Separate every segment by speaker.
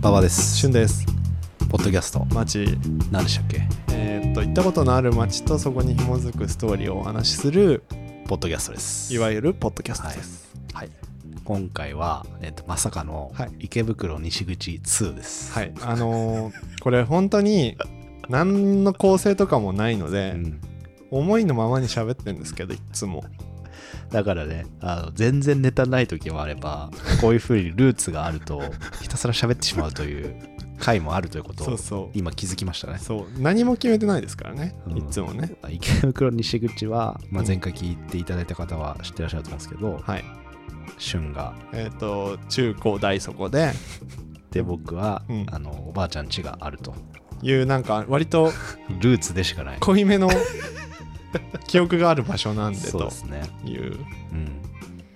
Speaker 1: 馬場です
Speaker 2: 旬です
Speaker 1: ポッドキャスト
Speaker 2: 町
Speaker 1: 何でしたっけ
Speaker 2: えーっと行ったことのある町とそこに紐づくストーリーをお話しする
Speaker 1: ポッドキャストです
Speaker 2: いわゆるポッドキャストです
Speaker 1: はい、今回は、えっと、まさかの
Speaker 2: はい
Speaker 1: 池袋西口2です
Speaker 2: はい、あのーこれ本当に何の構成とかもないので、
Speaker 1: うん
Speaker 2: 思いのままに喋ってるんですけどいつも
Speaker 1: だからねあの全然ネタない時もあればこういうふうにルーツがある とひたすら喋ってしまうという回もあるということ
Speaker 2: そ
Speaker 1: を
Speaker 2: うそう
Speaker 1: 今気づきましたね
Speaker 2: そう何も決めてないですからね、
Speaker 1: うん
Speaker 2: いつもね
Speaker 1: 池袋西口は、まあ、
Speaker 2: うん
Speaker 1: 前回聞いていただいた方は知ってらっしゃると思うんですけど、
Speaker 2: はい
Speaker 1: 旬が
Speaker 2: えーっと中高大そこで
Speaker 1: で僕は、
Speaker 2: うん
Speaker 1: あのおばあちゃん家があると
Speaker 2: いうなんか割と
Speaker 1: ルーツでしかない
Speaker 2: 濃い めの記憶がある場所なんで
Speaker 1: そうで
Speaker 2: と
Speaker 1: すね、
Speaker 2: い
Speaker 1: う
Speaker 2: う
Speaker 1: ん、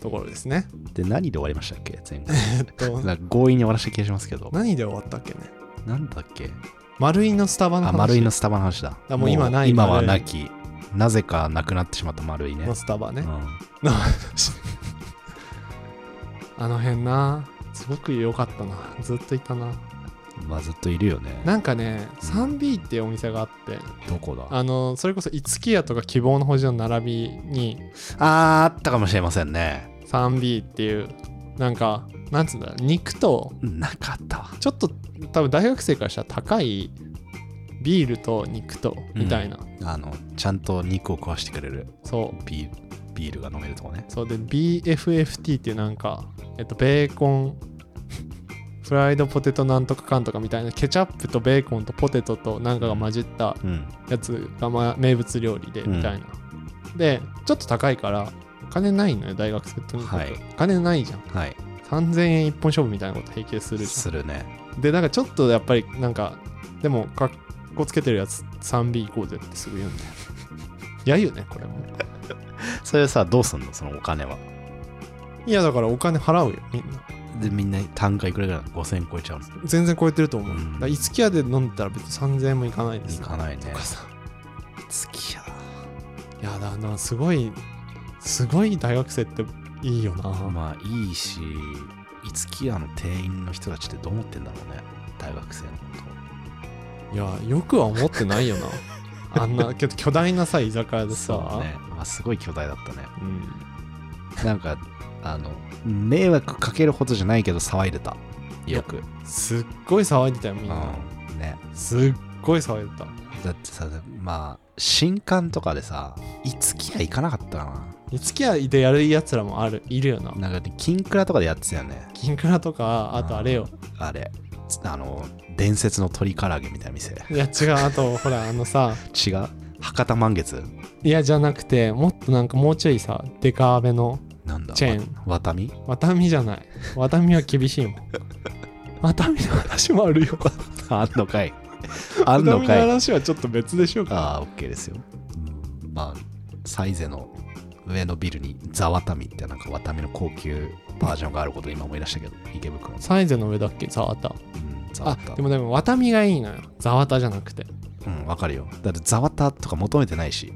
Speaker 2: ところですね
Speaker 1: で何で終わりましたっけ 前回
Speaker 2: えっと
Speaker 1: なんか強引に終わらせた気がしますけど
Speaker 2: 何で終わったっけね
Speaker 1: なんだっけ
Speaker 2: 丸井のスタバの話
Speaker 1: あ丸井のスタバの話だ
Speaker 2: あもう今ない
Speaker 1: 今は
Speaker 2: 丸井
Speaker 1: なきなぜかなくなってしまった丸井ね
Speaker 2: のスタバね
Speaker 1: う、ん
Speaker 2: の話 あの辺なすごく良かったなずっといたな
Speaker 1: まあずっといるよね
Speaker 2: なんかね
Speaker 1: うん
Speaker 2: 3B っていうお店があって
Speaker 1: どこだあ
Speaker 2: あのそれこそ五木屋とか希望の星の並びに
Speaker 1: あーあったかもしれませんね
Speaker 2: 3B っていうなんかなんつうんだ肉と
Speaker 1: なかったわ
Speaker 2: ちょっと多分大学生からしたら高いビールと肉とみたいな、
Speaker 1: あのちゃんと肉を食わしてくれる
Speaker 2: そう
Speaker 1: ビールビールが飲めるとこね
Speaker 2: そうで BFFT っていうなんか、えっと、ベーコンフライドポテトなんとかかんとかみたいなケチャップとベーコンとポテトとなんかが混じった
Speaker 1: うん
Speaker 2: やつが、まあ、名物料理で
Speaker 1: うん
Speaker 2: みたいな、でちょっと高いからお金ないのよ大学生とにかく、
Speaker 1: はい
Speaker 2: お金ないじゃん
Speaker 1: はい
Speaker 2: 3000円一本勝負みたいなこと平気でするじ
Speaker 1: するね
Speaker 2: ゃんでなんかちょっとやっぱりなんかでもかっこつけてるやつ 3B 行こうぜってすぐ言うんだよ やゆねこれも
Speaker 1: それさどうすんのそのお金はい
Speaker 2: やだからお金払うよみんな
Speaker 1: でみんな単価いくらぐらいなの5000超えちゃうの
Speaker 2: 全然超えてると思う、
Speaker 1: うん
Speaker 2: だから五木屋で飲んでたら別に3000円もいかないで
Speaker 1: い
Speaker 2: す
Speaker 1: かないね
Speaker 2: とかさ
Speaker 1: 好きや
Speaker 2: いやだなすごいすごい大学生っていいよな、
Speaker 1: まあいいし五木屋の店員の人たちってどう思ってんだろうね大学生のこ
Speaker 2: いやよくは思ってな いよなあんなけど巨大なさ居酒屋
Speaker 1: と
Speaker 2: でさ
Speaker 1: そうね、まあ、すごい巨大だ ったね
Speaker 2: うん
Speaker 1: なんかあの迷惑かけるほどじゃないけど騒いでた
Speaker 2: いや
Speaker 1: よくう
Speaker 2: すっごい騒いでたよみんな、
Speaker 1: んね
Speaker 2: すっごい騒いでた
Speaker 1: だってさまあ新刊とかでさ五木屋行かなかったな
Speaker 2: 五木屋でやるやつらもあるいるよな
Speaker 1: なんか金蔵とかでやってたよね
Speaker 2: 銀クラとかあとあれよ
Speaker 1: あれあの伝説の鶏唐揚げみたいな店
Speaker 2: いや違うあとほらあのさ
Speaker 1: 違う博多満月
Speaker 2: いやじゃなくてもっとなんかもうちょいさデカめの
Speaker 1: なんだ
Speaker 2: チェーン
Speaker 1: わワタミ
Speaker 2: ワタミじゃない。ワタミは 厳しいもん。ワタミの話もあるよ。
Speaker 1: あんのかい。 あ
Speaker 2: ワ
Speaker 1: ん
Speaker 2: タ
Speaker 1: の
Speaker 2: ミの
Speaker 1: かい。
Speaker 2: 話はちょっと別でしょうか。
Speaker 1: ああ、オッケーですよ。うんまあ、サイゼの上のビルにザワタミってなんかワタミの高級バージョンがあることを今思い出したけど、池袋の。
Speaker 2: サイゼの上だっけザワタ。
Speaker 1: うん、ザワ
Speaker 2: あ
Speaker 1: タ、
Speaker 2: で。もでもワタミがいいのよ。ザワタじゃなくて。
Speaker 1: うん、わかるよ。だってザワタとか求めてないし、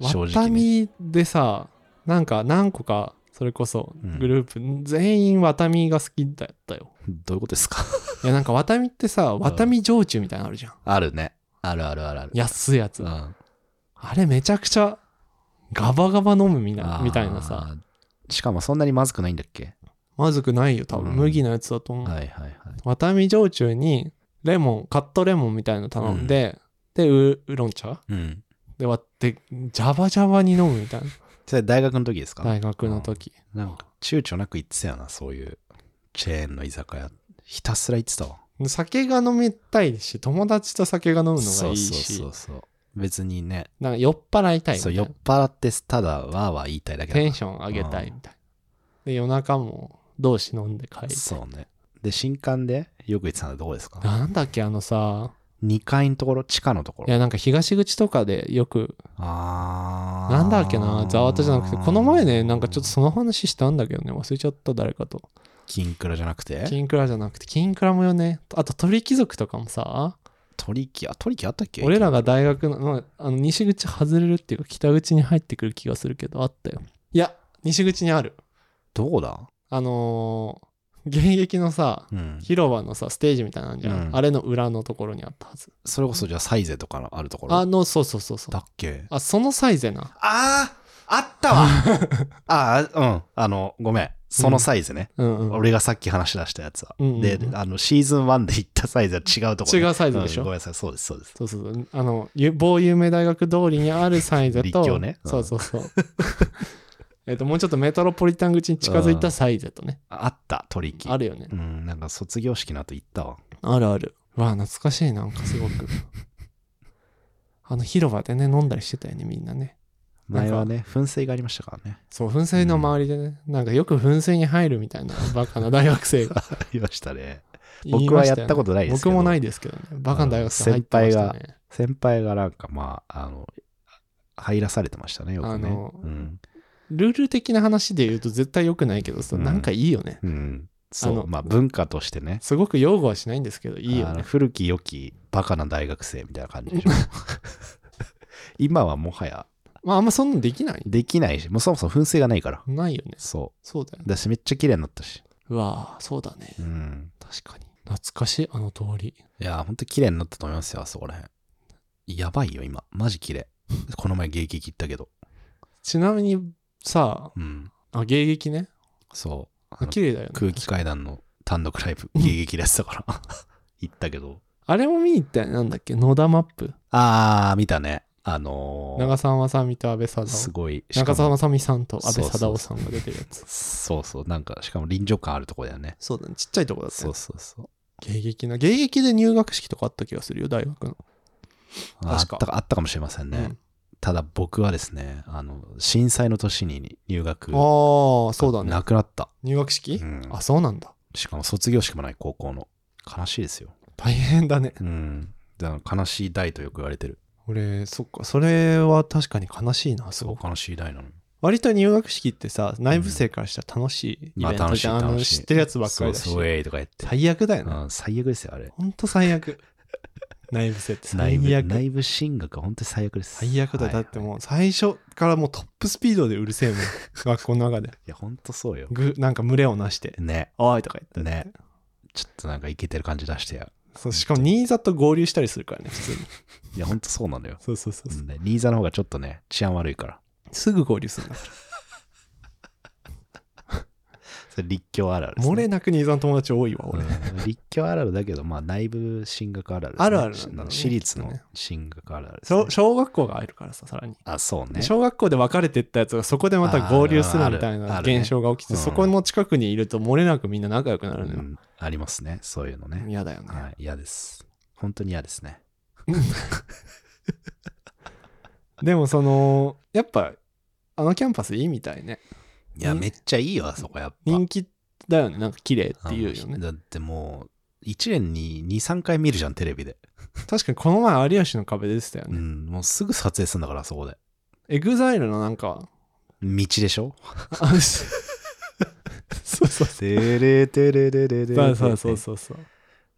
Speaker 2: ワ
Speaker 1: 正
Speaker 2: タ
Speaker 1: 直ね、
Speaker 2: ミでさ、なんか何個か、それこそ
Speaker 1: うん
Speaker 2: グループ、全員ワタミが好きだったよ。
Speaker 1: どういうことですか
Speaker 2: いやなんかワタミってさ、ワタミ焼酎みたいなのあるじゃん。
Speaker 1: あるね。あるあるあるある。
Speaker 2: 安いや
Speaker 1: う
Speaker 2: つ
Speaker 1: ん。。あ
Speaker 2: あれめちゃくちゃガバガバ飲むみな
Speaker 1: ー
Speaker 2: みたいなさ。。
Speaker 1: しかもそんなにまずくないんだっけ、
Speaker 2: まずくないよ、多
Speaker 1: う
Speaker 2: 分。
Speaker 1: ん
Speaker 2: 麦のやつだと思う。
Speaker 1: はいはいはい。
Speaker 2: ワタミ焼酎にレモンカットレモンみたいの頼んで、でウウーロン茶
Speaker 1: うん。
Speaker 2: で割ってジャバジャバに飲むみたい
Speaker 1: それ大学の時ですか
Speaker 2: な大学の時
Speaker 1: なんか躊躇なく言ってたよな、そういうチェーンの居酒屋。ひたすら言ってたわ。
Speaker 2: で酒が飲みたいし友達と酒が飲むのがいいし
Speaker 1: そうそうそうそう。別にね、
Speaker 2: なんか酔っ払いたいみた
Speaker 1: そう
Speaker 2: いな
Speaker 1: 酔っ払ってただわーわー言いたいだけだ
Speaker 2: テン
Speaker 1: か
Speaker 2: ション上げたいみたいなで夜中も同士飲んで帰
Speaker 1: ら
Speaker 2: る
Speaker 1: そうね。で、新刊でよく言ってたのはどこですか
Speaker 2: なんだっけあのさ
Speaker 1: ?2 階のところ、地下のとこ
Speaker 2: い
Speaker 1: ろ。
Speaker 2: やなんか東口とかでよく
Speaker 1: あー。
Speaker 2: なんだっけなざわたじゃなくてこの前ねなんかちょっとその話したんだけどね忘れちゃった誰かと
Speaker 1: 金蔵じゃなくて
Speaker 2: 金クラじゃなくて金クラもよねあと鳥貴族とかもさ
Speaker 1: 鳥木、あ、鳥木あったっけ
Speaker 2: 俺らが大学の,、まあ、あの西口外れるっていうか北口に入ってくる気がするけどあったよいや西口にある
Speaker 1: どこだ
Speaker 2: あの現役のさ
Speaker 1: うん、
Speaker 2: 広場のさステージみたいなんじゃん、
Speaker 1: うん
Speaker 2: あれの裏のところにあったはず
Speaker 1: それこそじゃあサイゼとかのあるところ
Speaker 2: あのそうそうそうそう
Speaker 1: だっけ
Speaker 2: あそのサイゼな
Speaker 1: あああった わああうんあのごめんそのサイズね、
Speaker 2: うんうん
Speaker 1: 俺がさっき話し出したやつは、
Speaker 2: うんうんうん
Speaker 1: であのシーズン1で行ったサイズは違うところね、
Speaker 2: 違うサイズでしょ
Speaker 1: んごめんなさいそうですそうです
Speaker 2: そうそうそうあのゆ某有名大学通りにあるサイゼと
Speaker 1: 立教ねうん
Speaker 2: そうそうそう えっともうちょっとメトロポリタン口に近づいたサイゼとね、
Speaker 1: あった取引
Speaker 2: あるよね
Speaker 1: うんなんか卒業式の後行ったわ
Speaker 2: あるあるうわ懐かしいなんかすご くあの広場でね飲んだりしてたよねみんなね
Speaker 1: 前はね噴水がありましたからね
Speaker 2: そう噴水の周りでね、なんかよく噴水に入るみたい なバカな大学生 が
Speaker 1: ありましたね
Speaker 2: 言い
Speaker 1: 僕は
Speaker 2: ました
Speaker 1: や
Speaker 2: よね
Speaker 1: ったことないですけど
Speaker 2: 僕もないですけどねバカな大学生入ってましたね
Speaker 1: 先輩がなんかまああの入らされてましたねよくね
Speaker 2: あの
Speaker 1: うん、
Speaker 2: ルール的な話で言うと絶対良くないけどさ、
Speaker 1: うん
Speaker 2: なんかいいよね
Speaker 1: うん、そう
Speaker 2: あの
Speaker 1: まあ文化としてね
Speaker 2: すごく擁護はしないんですけどいいよ
Speaker 1: あの
Speaker 2: ね
Speaker 1: 古き良きバカな大学生みたいな感じでし ょ今はもはや
Speaker 2: まああんまそんなんできない
Speaker 1: できないしもうそもそも噴水がないから
Speaker 2: ないよね
Speaker 1: そ
Speaker 2: そうだよ
Speaker 1: う
Speaker 2: ね
Speaker 1: だしめっちゃ綺麗になったし
Speaker 2: うわーそうだね
Speaker 1: うん
Speaker 2: 確かに懐かしいあの通り
Speaker 1: いやーほんと綺麗になったと思いますよあそこら辺やばいよ今マジ綺麗この前迎撃行ったけど
Speaker 2: ちなみにさ
Speaker 1: うん
Speaker 2: あ迎撃ね
Speaker 1: そうあの
Speaker 2: 綺麗だよね
Speaker 1: 空気階段の単独ライブ迎撃でやってたから 行ったけど
Speaker 2: あれも見に行ったよねなんだっけ野田マップ
Speaker 1: あー見たねあのー
Speaker 2: 長澤まさみと安倍貞夫
Speaker 1: すごいしかも
Speaker 2: 中澤まさみさんと安倍貞夫さ
Speaker 1: そ
Speaker 2: んが出てるやつ。
Speaker 1: そうそうなんかしかも臨場感あるとこだよね
Speaker 2: そうだね。ちっちゃいとこだった、
Speaker 1: そ
Speaker 2: ね
Speaker 1: う。そうそう
Speaker 2: 迎撃な。迎撃で入学式とかあった気がするよ、大学の。
Speaker 1: ああっ
Speaker 2: 確か
Speaker 1: たかあったかもしれませんね、
Speaker 2: うん
Speaker 1: ただ僕はですねあの震災の年に入学
Speaker 2: ああ、そうだね
Speaker 1: な。くなった、
Speaker 2: 入学式、
Speaker 1: うん
Speaker 2: あ、そうなんだ。
Speaker 1: しかも卒業式もない高校の悲しいですよ
Speaker 2: 大変だね。
Speaker 1: うんだから悲しい代とよく言われてる
Speaker 2: 俺、そっか、それは確かに悲しいな、す
Speaker 1: そ
Speaker 2: ご
Speaker 1: う
Speaker 2: く。
Speaker 1: 悲しい代なの
Speaker 2: 割と入学式ってさ、内部生からしたら楽しいイ
Speaker 1: ま
Speaker 2: ベ
Speaker 1: あ
Speaker 2: ント
Speaker 1: 楽し
Speaker 2: じ
Speaker 1: い
Speaker 2: ゃん。あ
Speaker 1: 楽
Speaker 2: の
Speaker 1: しい
Speaker 2: 知ってるやつばっかりだし。
Speaker 1: そうそうえいとか言って、
Speaker 2: 最悪だよね。
Speaker 1: うん最悪ですよあれ
Speaker 2: ほんと最悪。内部生って
Speaker 1: 内
Speaker 2: 最
Speaker 1: 部
Speaker 2: 悪。
Speaker 1: 内部進学は本当に最悪です
Speaker 2: 最悪だ、
Speaker 1: はい
Speaker 2: だってもう最初からもうトップスピードでうるせえもん学校の中で
Speaker 1: いや本当そうよ
Speaker 2: ぐなんか群れをなして
Speaker 1: ね
Speaker 2: 「おい」とか言って
Speaker 1: ねちょっとなんかイケてる感じ出してや
Speaker 2: そうしかも新座と合流したりするからね普通に
Speaker 1: いや本当そうなのよ、
Speaker 2: そうそうそう
Speaker 1: う
Speaker 2: そうん
Speaker 1: ね、新座の方がちょっとね治安悪いから
Speaker 2: すぐ合流するんだか
Speaker 1: それ立教あるある
Speaker 2: ら
Speaker 1: です、ね、
Speaker 2: 漏れなく新座の友達多いわ
Speaker 1: う
Speaker 2: 俺
Speaker 1: ん立教あるあるだけど、まあ、内部進学あるある、
Speaker 2: あるあるなんだろうね
Speaker 1: 私立
Speaker 2: き
Speaker 1: の
Speaker 2: っとね
Speaker 1: 進学あるあるですね、
Speaker 2: 小小学校が会えるからささらに、
Speaker 1: あ、そう
Speaker 2: で
Speaker 1: ね。
Speaker 2: 小学校で別れてったやつがそこでまた合流するみたい
Speaker 1: あー
Speaker 2: な
Speaker 1: あるね
Speaker 2: 現象が起きて、
Speaker 1: うん
Speaker 2: そこの近くにいると漏れなくみんな仲良くな
Speaker 1: う
Speaker 2: るのよ
Speaker 1: ん、ありますね。そういうのね。
Speaker 2: 嫌だよね、
Speaker 1: はい、嫌です。本当に嫌ですね。
Speaker 2: でもそのやっぱあのキャンパスいいみたいね
Speaker 1: いや、
Speaker 2: うん
Speaker 1: めっちゃいいよ、あそこやっぱ。
Speaker 2: 人気だよねなんか綺麗っていうよ
Speaker 1: あの
Speaker 2: ね
Speaker 1: だってもう、1年に2、3回見るじゃん、テレビで。
Speaker 2: 確かにこの前有吉の壁出てたよ
Speaker 1: う
Speaker 2: ね、
Speaker 1: ん、もうすぐ撮影するんだから、あそこで。
Speaker 2: エグザイルのなんか
Speaker 1: 道でしょ
Speaker 2: あそうそうそ
Speaker 1: てれてれれれれ
Speaker 2: うそうそうそうそう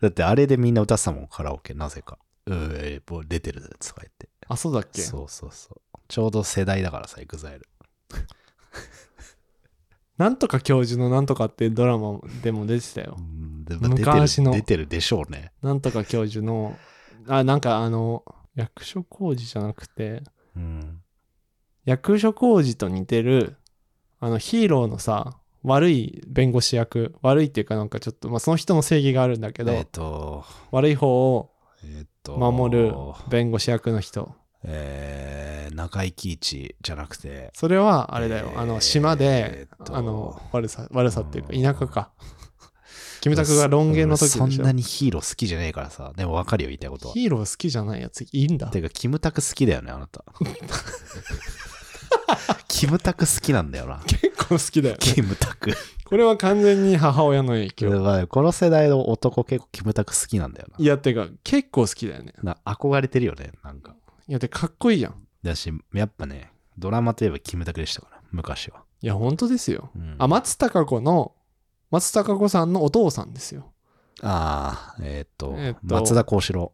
Speaker 1: だってあれでみんな歌ってたもん、カラオケ、なぜか。うえ、もう出てるやつとか言って。
Speaker 2: あそうだっけ
Speaker 1: そうそうそう。ちょうど世代だからさ、エグザイル。
Speaker 2: なんとか教授のなんとかってドラマでも出てたよ
Speaker 1: で
Speaker 2: まあ昔の
Speaker 1: 出てるでしょうね。
Speaker 2: なんとか教授のあなんかあの役所工事じゃなくて
Speaker 1: うん。
Speaker 2: 役所工事と似てるあのヒーローのさ悪い弁護士役悪いっていうかなんかちょっと、まあ、その人の正義があるんだけど、
Speaker 1: えっ、と、
Speaker 2: 悪い方を
Speaker 1: えっ、と、
Speaker 2: 守る弁護士役の人
Speaker 1: えー、中井貴一じゃなくて、
Speaker 2: それはあれだよ、
Speaker 1: えー
Speaker 2: あの島で、
Speaker 1: えーっと
Speaker 2: あの悪さ悪さってい
Speaker 1: う
Speaker 2: う
Speaker 1: ん
Speaker 2: か田舎かキムタクがロン毛の
Speaker 1: う
Speaker 2: 時で
Speaker 1: ん
Speaker 2: し
Speaker 1: そん
Speaker 2: ょ
Speaker 1: なにヒーロー好きじゃねえからさ、でも分かるよ、言いたいことは。
Speaker 2: ヒーロー好きじゃないやついいんだ
Speaker 1: てか、キムタク好きだよね、あな た。キムタク好きなんだよな。
Speaker 2: 結構好きだよね
Speaker 1: キムタク。
Speaker 2: これは完全に母親の影響
Speaker 1: この世代の男結構キムタク好きなんだよ
Speaker 2: いやてか結構好きだよね
Speaker 1: な。な憧れてるよね、なんか。
Speaker 2: いやてかっこいいやん
Speaker 1: だし、やっぱね、ドラマといえばキムタクでしたから、昔は。
Speaker 2: いや本当ですよ、
Speaker 1: うん
Speaker 2: あ松たか子の松たか子さんのお父さんですよ
Speaker 1: ああ、えーっと、
Speaker 2: えーっと
Speaker 1: 松田幸四郎。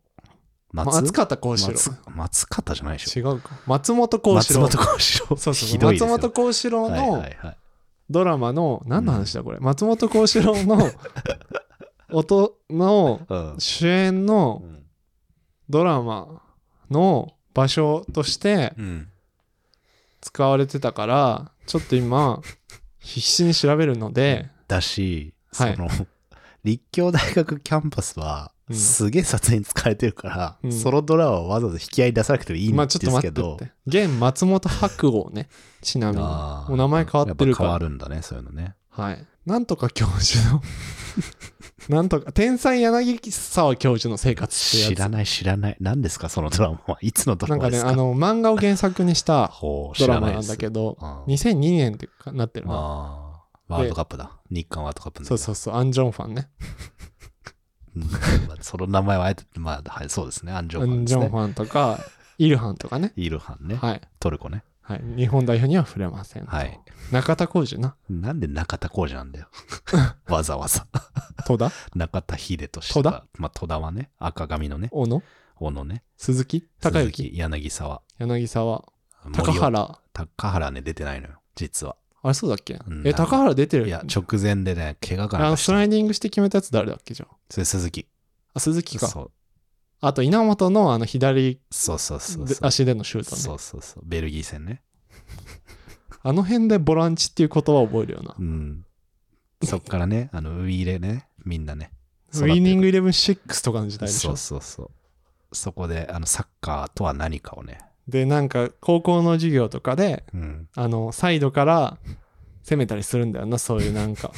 Speaker 1: 松
Speaker 2: 松方幸四
Speaker 1: 松松方じゃないでしょ。
Speaker 2: 郎違うか松本幸四郎
Speaker 1: 松本幸四郎。
Speaker 2: そうそうそ う
Speaker 1: ひどいですよ
Speaker 2: 松本幸四郎
Speaker 1: はい
Speaker 2: の
Speaker 1: はいはい
Speaker 2: ドラマの何の話だこれ、松本幸四 郎の音の
Speaker 1: うん
Speaker 2: 主演のドラマの場所として
Speaker 1: うん
Speaker 2: 使われてたからちょっと今必死に調べるので
Speaker 1: だし、
Speaker 2: はい
Speaker 1: その立教大学キャンパスは
Speaker 2: うん
Speaker 1: すげえ撮影に使われてるから、
Speaker 2: うん
Speaker 1: ソロドラマはわざわざ引き合い出さなくてもいいん
Speaker 2: まあ
Speaker 1: で
Speaker 2: ちょ
Speaker 1: す
Speaker 2: っと待
Speaker 1: け
Speaker 2: って
Speaker 1: ど、
Speaker 2: って現松本白鸚ねちなみに
Speaker 1: あー
Speaker 2: お名前変わってるか
Speaker 1: や
Speaker 2: ら
Speaker 1: っぱ変わるんだねそういうのね
Speaker 2: はい。なんとか教授の、 なんとか、天才柳沢教授の生活ってやつ。
Speaker 1: 知らない知らない何ですかそのドラマはいつのド
Speaker 2: な
Speaker 1: ラ
Speaker 2: ん
Speaker 1: マ
Speaker 2: か
Speaker 1: で
Speaker 2: ね、
Speaker 1: すか
Speaker 2: あの、漫画を原作にした
Speaker 1: ほう
Speaker 2: ド
Speaker 1: 知
Speaker 2: ラ
Speaker 1: ら
Speaker 2: マ
Speaker 1: ないで
Speaker 2: なん
Speaker 1: す
Speaker 2: だけど、
Speaker 1: あー
Speaker 2: 2002年ってかなってるな。
Speaker 1: あーワールドカップだ日韓ワールドカップ
Speaker 2: そうそうそう、アンジョンファンね。
Speaker 1: うんまあその名前はあえてまあはいそうですねアンジョ
Speaker 2: ア
Speaker 1: ンファン
Speaker 2: ン
Speaker 1: で
Speaker 2: ジ
Speaker 1: す
Speaker 2: ョン
Speaker 1: ね
Speaker 2: ファン とか、イルハンとかね。
Speaker 1: イルハンね、
Speaker 2: はい。
Speaker 1: トルコね
Speaker 2: はい。日本代表には触れませんと。
Speaker 1: はい
Speaker 2: 中田浩二な。
Speaker 1: なんで中田浩二 なんだよわざわざ
Speaker 2: 戸田、
Speaker 1: 中田秀とし
Speaker 2: 戸
Speaker 1: た
Speaker 2: 田、
Speaker 1: まあ、戸田はね赤髪のね
Speaker 2: 小野、
Speaker 1: 小野ね
Speaker 2: 鈴木、高
Speaker 1: 鈴
Speaker 2: 之、
Speaker 1: 木柳沢
Speaker 2: 柳沢、
Speaker 1: 森
Speaker 2: 高
Speaker 1: 尾
Speaker 2: 原。
Speaker 1: 高原ね出てないのよ実は
Speaker 2: あれそうだっけ
Speaker 1: ん
Speaker 2: え、高原出てる
Speaker 1: いや直前でね怪我か
Speaker 2: あ
Speaker 1: ら
Speaker 2: の
Speaker 1: そ
Speaker 2: スライディングして決めたやつ誰だっけじゃあ
Speaker 1: れ鈴木
Speaker 2: あ。鈴木か。
Speaker 1: そう
Speaker 2: あと稲本のあの左
Speaker 1: そうそうそう
Speaker 2: で
Speaker 1: そう
Speaker 2: 足でのシュート
Speaker 1: そ
Speaker 2: ね。
Speaker 1: うそうそうベルギー戦ね
Speaker 2: あの辺でボランチっていう言葉を覚えるよな
Speaker 1: う。んそっからね あのウィーレねみんなね
Speaker 2: ウィーニン
Speaker 1: グ
Speaker 2: グイレブン6とかの時代でし
Speaker 1: そ
Speaker 2: ょ
Speaker 1: う。そうそうそこであのサッカーとは何かをね
Speaker 2: で、なんか高校の授業とかで、
Speaker 1: うん
Speaker 2: あの、サイドから攻めたりするんだよな、そういうなんか。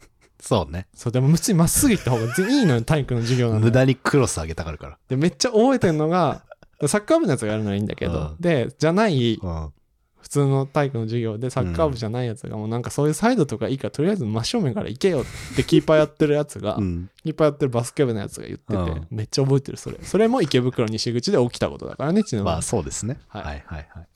Speaker 1: そうね
Speaker 2: そう、でも別にまっすぐ行った方が全いいのよ、体育の授業なん
Speaker 1: 無
Speaker 2: で。
Speaker 1: 駄にクロス上げたからか
Speaker 2: で、めっちゃ覚えてるのが、サッカー部のやつがやるのはいいんだけど、
Speaker 1: うん
Speaker 2: で、じゃない、
Speaker 1: らうん
Speaker 2: 普通の体育の授業でサッカー部じゃないやつが、もうなんかそういうサイドとかいいから、とりあえず真正面から行けよってキーパーやってるやつが、
Speaker 1: うん
Speaker 2: いっぱいやってるバスケ部のやつが言ってて、
Speaker 1: うん
Speaker 2: めっちゃ覚えてるそれそれも池袋西口で起きたことだからねちなみに、
Speaker 1: まあそうですね。は
Speaker 2: はいい
Speaker 1: はいはい。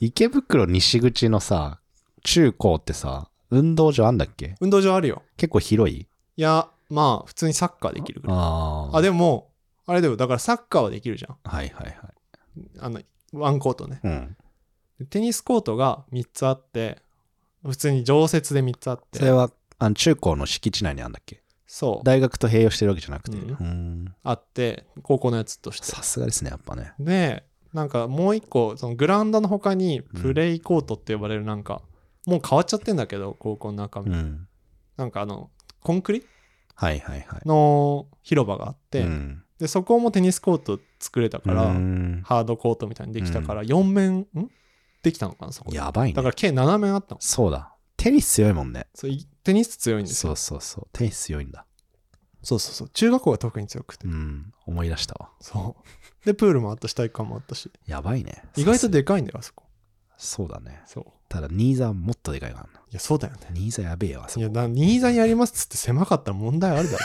Speaker 1: 池袋西口のさ、中高ってさ、運動場あんだっけ
Speaker 2: 運動場あるよ
Speaker 1: 結構広い
Speaker 2: いやまあ普通にサッカーできるぐらい
Speaker 1: あ
Speaker 2: あでもあれだよだからサッカーはできるじゃん
Speaker 1: はいはいはい。
Speaker 2: あのワンコートね
Speaker 1: うん。
Speaker 2: テニスコートが3つあって普通に常設で3つあっ
Speaker 1: それ
Speaker 2: て
Speaker 1: は、あの中高の敷地内にあんだっけ
Speaker 2: そう
Speaker 1: 大学と併用してるわけじゃなくて。
Speaker 2: うん
Speaker 1: うん。
Speaker 2: あって高校のやつとして
Speaker 1: さすがですね、やっぱね。
Speaker 2: でなんかもう一個そのグラウンドの他にプレイコートって呼ばれるなんか、もう変わっちゃってんだけど高校の中身、
Speaker 1: うん。
Speaker 2: なんかあのコンクリ
Speaker 1: はいはいはい。
Speaker 2: の広場があって、
Speaker 1: うん、
Speaker 2: でそこもテニスコート作れたから、
Speaker 1: うん
Speaker 2: ハードコートみたいにできたから4面んできたのかなそこで
Speaker 1: やばい
Speaker 2: だか
Speaker 1: ね。
Speaker 2: ら計7面あったの
Speaker 1: そうだ。テニス強いもんね。
Speaker 2: そういテニス強いんです
Speaker 1: そ
Speaker 2: よ
Speaker 1: うそうそう。テニス強いんだ。
Speaker 2: そうそうそう中学校が特に強くて、
Speaker 1: うん。思い出したわ。
Speaker 2: そうでプールもあったし体育館もあったし
Speaker 1: やばいね。
Speaker 2: 意外と
Speaker 1: で。
Speaker 2: でかいんだよあそこ
Speaker 1: そうだね。
Speaker 2: そう
Speaker 1: ただ、ニーザもっとでかいからな。
Speaker 2: いやそうだよね
Speaker 1: ニーザやべえよ、あそ
Speaker 2: い
Speaker 1: こ
Speaker 2: やだ新座にありますっつって狭かったら問題ある だろ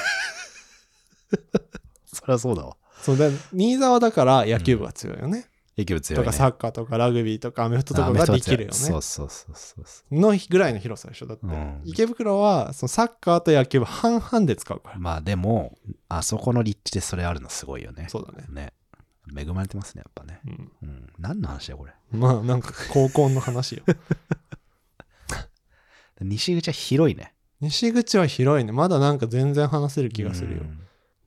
Speaker 1: そりゃそうだわ。
Speaker 2: そうだ新座はだから野球部が強いよね、
Speaker 1: 影響強
Speaker 2: と
Speaker 1: い、ね。
Speaker 2: かサッカーとかラグビーとかアメフトとかができるよね
Speaker 1: そうそうそうそうそ
Speaker 2: のぐらいの広さでしょだって、
Speaker 1: うん
Speaker 2: 池袋はそのサッカーと野球部半々で使うから、
Speaker 1: う。まあでも、あそこの立地でそれあるのすごいよね。
Speaker 2: そうだね、
Speaker 1: ね。恵まれてますね、やっぱね。
Speaker 2: うん、
Speaker 1: うん。何の話だよ、これ。
Speaker 2: まあなんか高校の話 よ
Speaker 1: 西口は広いね。
Speaker 2: 西口は広いねまだなんか全然話せる気がするよ、
Speaker 1: うん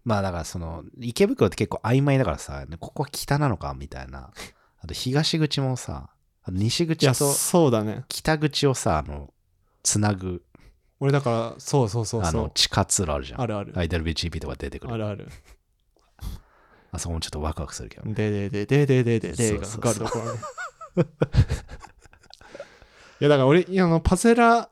Speaker 1: まあだからその、池袋って結構曖昧だからさ、ここは北なのかみたいな。あと東口もさ、あと西
Speaker 2: いや
Speaker 1: 口と
Speaker 2: そうだね
Speaker 1: 北口をさ、あの、つなぐ、
Speaker 2: 俺だからそうそうそう
Speaker 1: あ
Speaker 2: そ
Speaker 1: の、
Speaker 2: う
Speaker 1: 地下通路あるじゃ
Speaker 2: あ
Speaker 1: ん。
Speaker 2: るある
Speaker 1: IWGP とか出てく
Speaker 2: あ
Speaker 1: る。
Speaker 2: るある
Speaker 1: あそこもちょっとワクワクするけどね。
Speaker 2: ででででででででが
Speaker 1: そ
Speaker 2: か
Speaker 1: うそう
Speaker 2: かる
Speaker 1: そう
Speaker 2: ところね いやだから俺いやあのパセラ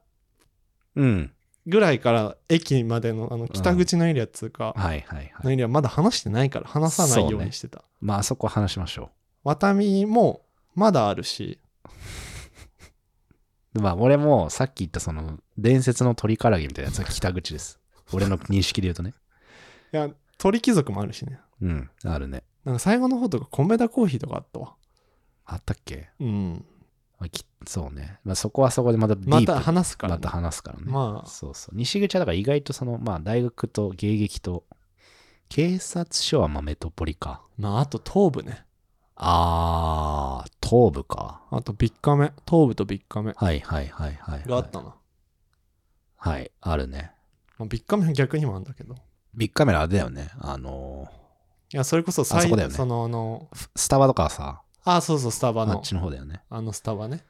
Speaker 1: うん。
Speaker 2: ぐらいから駅までのあの北口のエリアっつうか、
Speaker 1: はいはいは
Speaker 2: の
Speaker 1: い。
Speaker 2: エリアまだ話してないから話さないようにしてた、
Speaker 1: まああそこ話しましょう。
Speaker 2: ワタミもまだあるし、
Speaker 1: まあ、俺もさっき言ったその伝説の鳥唐揚げみたいなやつは北口です。 俺の認識で言うとね。
Speaker 2: いや、鳥貴族もあるしね。
Speaker 1: うん、あるね。
Speaker 2: なんか最後の方とか、米田コーヒーとかあったわ。
Speaker 1: あったっけ
Speaker 2: うん。
Speaker 1: まあきそうね。まあ、そこはそこでまたディー
Speaker 2: ま
Speaker 1: プ
Speaker 2: た話すから、
Speaker 1: ま
Speaker 2: ね。
Speaker 1: た話すからね。
Speaker 2: まあ
Speaker 1: そうそう。西口はだから意外とその、まあ、大学と迎撃と、警察署はまあメトポリか。
Speaker 2: まあ、あと東部ね。
Speaker 1: あー、頭部か。
Speaker 2: あと3日目頭部と3日目
Speaker 1: はいはいはいはい、はい。
Speaker 2: があったな、
Speaker 1: はい、あるね。
Speaker 2: まあ、3日目は逆にもあるんだけどい
Speaker 1: ビッグカメラあれだよね。あの
Speaker 2: やそれこそ
Speaker 1: あそこだよね
Speaker 2: そのあの
Speaker 1: ースタバとかさ、
Speaker 2: あそうそうスタバ
Speaker 1: あっ
Speaker 2: の
Speaker 1: ちの方だよね。
Speaker 2: あのスタバね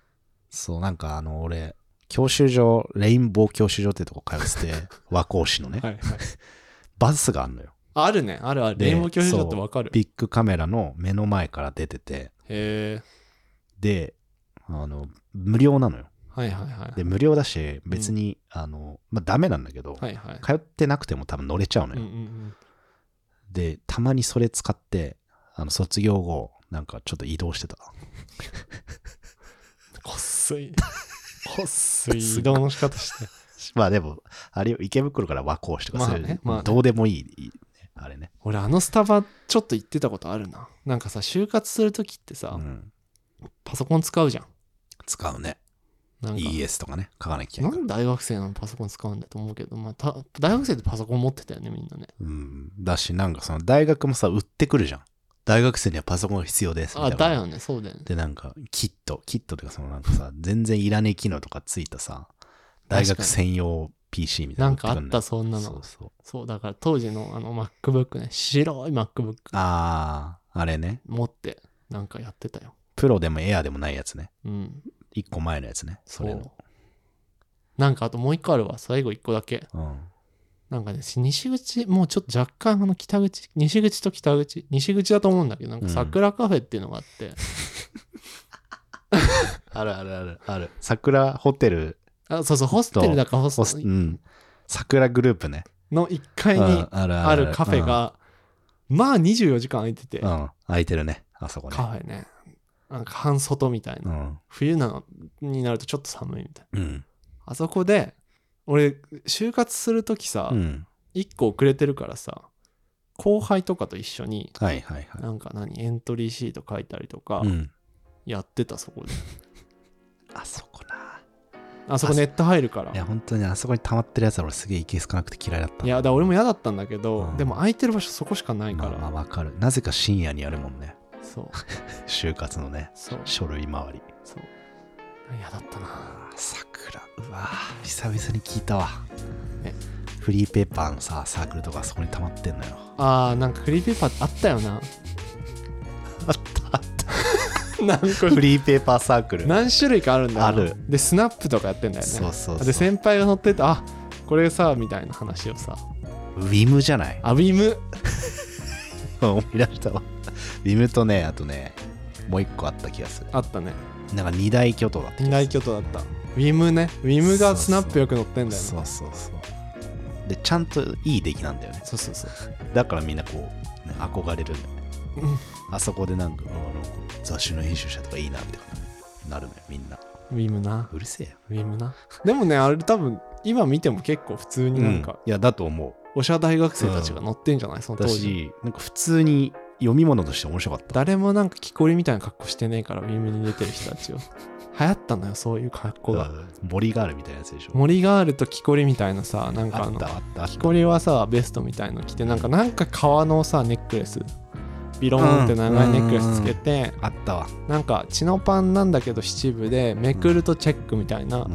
Speaker 1: そう、なんかあの、俺、教習所、レインボー教習所ってとこ通ってて、 和光市のね、
Speaker 2: はいはい
Speaker 1: バスがあるのよ。
Speaker 2: ああるねあるある
Speaker 1: で
Speaker 2: レインボー教授所ってわかるへ
Speaker 1: ビッグカメラの目の前から出てて、
Speaker 2: え
Speaker 1: で、あの、無料なのよ。
Speaker 2: はいはいはい
Speaker 1: で、無料だし、別に、あの、まあ、ダメなんだけど、
Speaker 2: はいはい
Speaker 1: 通ってなくても多分乗れちゃうの
Speaker 2: うんう
Speaker 1: よ。
Speaker 2: んうん
Speaker 1: で、たまにそれ使って、あの、卒業後、なんかちょっと移動してた。
Speaker 2: こっすいこっすい移動の仕方して
Speaker 1: まあでも、あれよ池袋から和光市とかそういう、
Speaker 2: まあねまあね
Speaker 1: どうでもいい、いいねあれね。
Speaker 2: 俺あのスタバちょっと行ってたことあるななんかさ就活する時ってさ、
Speaker 1: うん、
Speaker 2: パソコン使うじゃん
Speaker 1: 使うね。
Speaker 2: なんか
Speaker 1: ES とかね、書かなきゃいけな
Speaker 2: な
Speaker 1: いから
Speaker 2: んで大学生なのパソコン使うんだと思うけど、まあ、た大学生ってパソコン持ってたよねみんなね
Speaker 1: うん、だし、なんかその大学もさ、売ってくるじゃん。大学生にはパソコンが必要ですみた
Speaker 2: あ
Speaker 1: いな。
Speaker 2: だよねそうだよね
Speaker 1: で、なんか、キット、キットとか、そのなんかさ、全然いらねえ機能とかついたさ、大学専用 PC みたいなの売
Speaker 2: なん
Speaker 1: て
Speaker 2: かあ
Speaker 1: く
Speaker 2: っ
Speaker 1: んだ
Speaker 2: た
Speaker 1: よ。
Speaker 2: そんなの
Speaker 1: そ
Speaker 2: そうう
Speaker 1: そう。
Speaker 2: だから当時のあの MacBook ね白い MacBook
Speaker 1: あー、あれね。
Speaker 2: 持ってなんかやってたよ
Speaker 1: プロでもエアでもないやつね。
Speaker 2: うん
Speaker 1: 一個前のやつね。それの。
Speaker 2: なんかあともう一個あるわ最後一個だけ
Speaker 1: うん。
Speaker 2: なんかねし西口もうちょっと若干あの北口西口と北口西口だと思うんだけどなんか桜カフェっていうのがあって、
Speaker 1: あるあるあるある。桜ホテル、
Speaker 2: あそうそうホステルだかホ
Speaker 1: ホスう
Speaker 2: ステル
Speaker 1: ん。桜グループね。
Speaker 2: の1
Speaker 1: う
Speaker 2: 階
Speaker 1: ん
Speaker 2: に
Speaker 1: ある
Speaker 2: あるカフェ。がまあ24時間空いてて、
Speaker 1: うん、うん空いてるね。あそこね
Speaker 2: カ。フェねなんか半外みたいうな、
Speaker 1: ん。
Speaker 2: 冬なのになるとちょっと寒いみたいな
Speaker 1: うん。
Speaker 2: あそこで俺就活する時さ、
Speaker 1: うん。
Speaker 2: 1個遅れてるからさ後輩とかと一緒に
Speaker 1: はいはいはい。
Speaker 2: なんか何エントリーシート書いたりとか
Speaker 1: うん、
Speaker 2: やってたそこで、
Speaker 1: あそこな。
Speaker 2: あそこネット入るから
Speaker 1: いや、本当にあそこに溜まってるやつは俺すげえ息少なくて嫌いだった。
Speaker 2: いやだから俺も嫌だったんだけど、
Speaker 1: うん
Speaker 2: でも空いてる場所そこしかないか
Speaker 1: まあ
Speaker 2: ら、
Speaker 1: まあわかる。なぜか深夜にやるもんね。
Speaker 2: そう
Speaker 1: 就活のね、
Speaker 2: そう
Speaker 1: 書類回り。
Speaker 2: そう嫌だったな
Speaker 1: あー桜。うわー久々に聞いたわ。
Speaker 2: ね
Speaker 1: フリーペーパーのさ、サークルとかあそこに溜まってんのよ。
Speaker 2: あーなんかフリーペーパーあったよな
Speaker 1: あったあった。
Speaker 2: 何 個
Speaker 1: フリーペーパーサークル。
Speaker 2: 何種類かあるんだよな
Speaker 1: ある
Speaker 2: でスナップとかやってんだよね
Speaker 1: そうそうそう
Speaker 2: で先輩が乗っててあこれさみたいな話をさ
Speaker 1: ウィムじゃない
Speaker 2: アビム
Speaker 1: 思い出したわ。ウィムとね、あとね、もう一個あった気がする。
Speaker 2: あったね
Speaker 1: なんか二大巨頭だった気がする。
Speaker 2: 二大巨頭だったウィムねウィムがスナップよく乗ってんだよね
Speaker 1: そうそうそうでちゃんといい出来なんだよね
Speaker 2: そうそうそう
Speaker 1: だからみんなこう、ね憧れるんだよねあそこでなんかあの雑誌の編集者とかいいなみたいななるのよみんな
Speaker 2: ウィムな
Speaker 1: うるせえよ
Speaker 2: ウィムなでもねあれ多分今見ても結構普通になんか、
Speaker 1: いやだと思
Speaker 2: おしゃ大学生たちが乗ってんじゃない、その
Speaker 1: うだ
Speaker 2: 当時
Speaker 1: しなんか普通に読み物として面白かった
Speaker 2: 誰もなんか木こりみたいな格好してねえからウィムに出てる人たちを流行ったのよそういう格好が
Speaker 1: うん森があるみたいなやつでしょ
Speaker 2: 森ガールと木こりみたいなさなんか
Speaker 1: あ
Speaker 2: あ
Speaker 1: っ
Speaker 2: の
Speaker 1: たあったあった
Speaker 2: 木こりはさベストみたいの着てなんかなんか革のさネックレスビローンって長いネックレスつけて、
Speaker 1: あったわ、
Speaker 2: なんかチノパンなんだけど七分でめくるとチェックみたいな、
Speaker 1: う ん、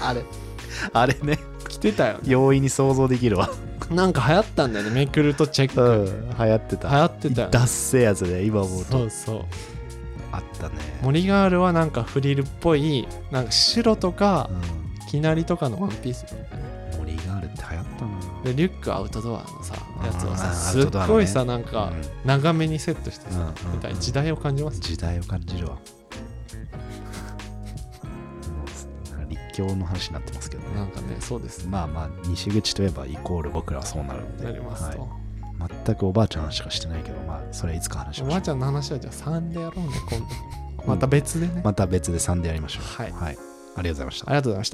Speaker 1: あれあれね
Speaker 2: 着てたよね
Speaker 1: 容易に想像できるわ
Speaker 2: なんか流行ったんだよねめくるとチェック、
Speaker 1: うん、流行ってた。
Speaker 2: 流行ってたよね
Speaker 1: ダッセーやつね、今思うと。
Speaker 2: そうそう
Speaker 1: あったね。
Speaker 2: 森ガールはなんかフリルっぽいなんか白とか
Speaker 1: うん
Speaker 2: きなりとかのワンピースみたいな
Speaker 1: 森があるって流行ったな。
Speaker 2: でリュックアウトドアのさやつを
Speaker 1: あ
Speaker 2: さ
Speaker 1: ー
Speaker 2: す
Speaker 1: ア
Speaker 2: っ
Speaker 1: ウトドアの
Speaker 2: ご
Speaker 1: ね
Speaker 2: いさ、なんか
Speaker 1: う
Speaker 2: 長めにセットして
Speaker 1: うんうん
Speaker 2: さ、
Speaker 1: うん
Speaker 2: みたいな時代を感じます
Speaker 1: 時代を感じるわ。もうなんか立教の話になってますけどね。
Speaker 2: なんかねそうです
Speaker 1: まあまあ、西口といえばイコール僕らはそうなるんで。
Speaker 2: なりますと、
Speaker 1: はい全くおばあちゃんの話しかしてないけど、まあ、それはいつか話し
Speaker 2: お
Speaker 1: まし
Speaker 2: ば
Speaker 1: ょう
Speaker 2: あ。ちゃんの話はじゃあ3でやろうね今度
Speaker 1: うん
Speaker 2: また別でね、
Speaker 1: また別で3でやりましょう。
Speaker 2: はい
Speaker 1: はい。ありがとうございました
Speaker 2: あ。りがとうございました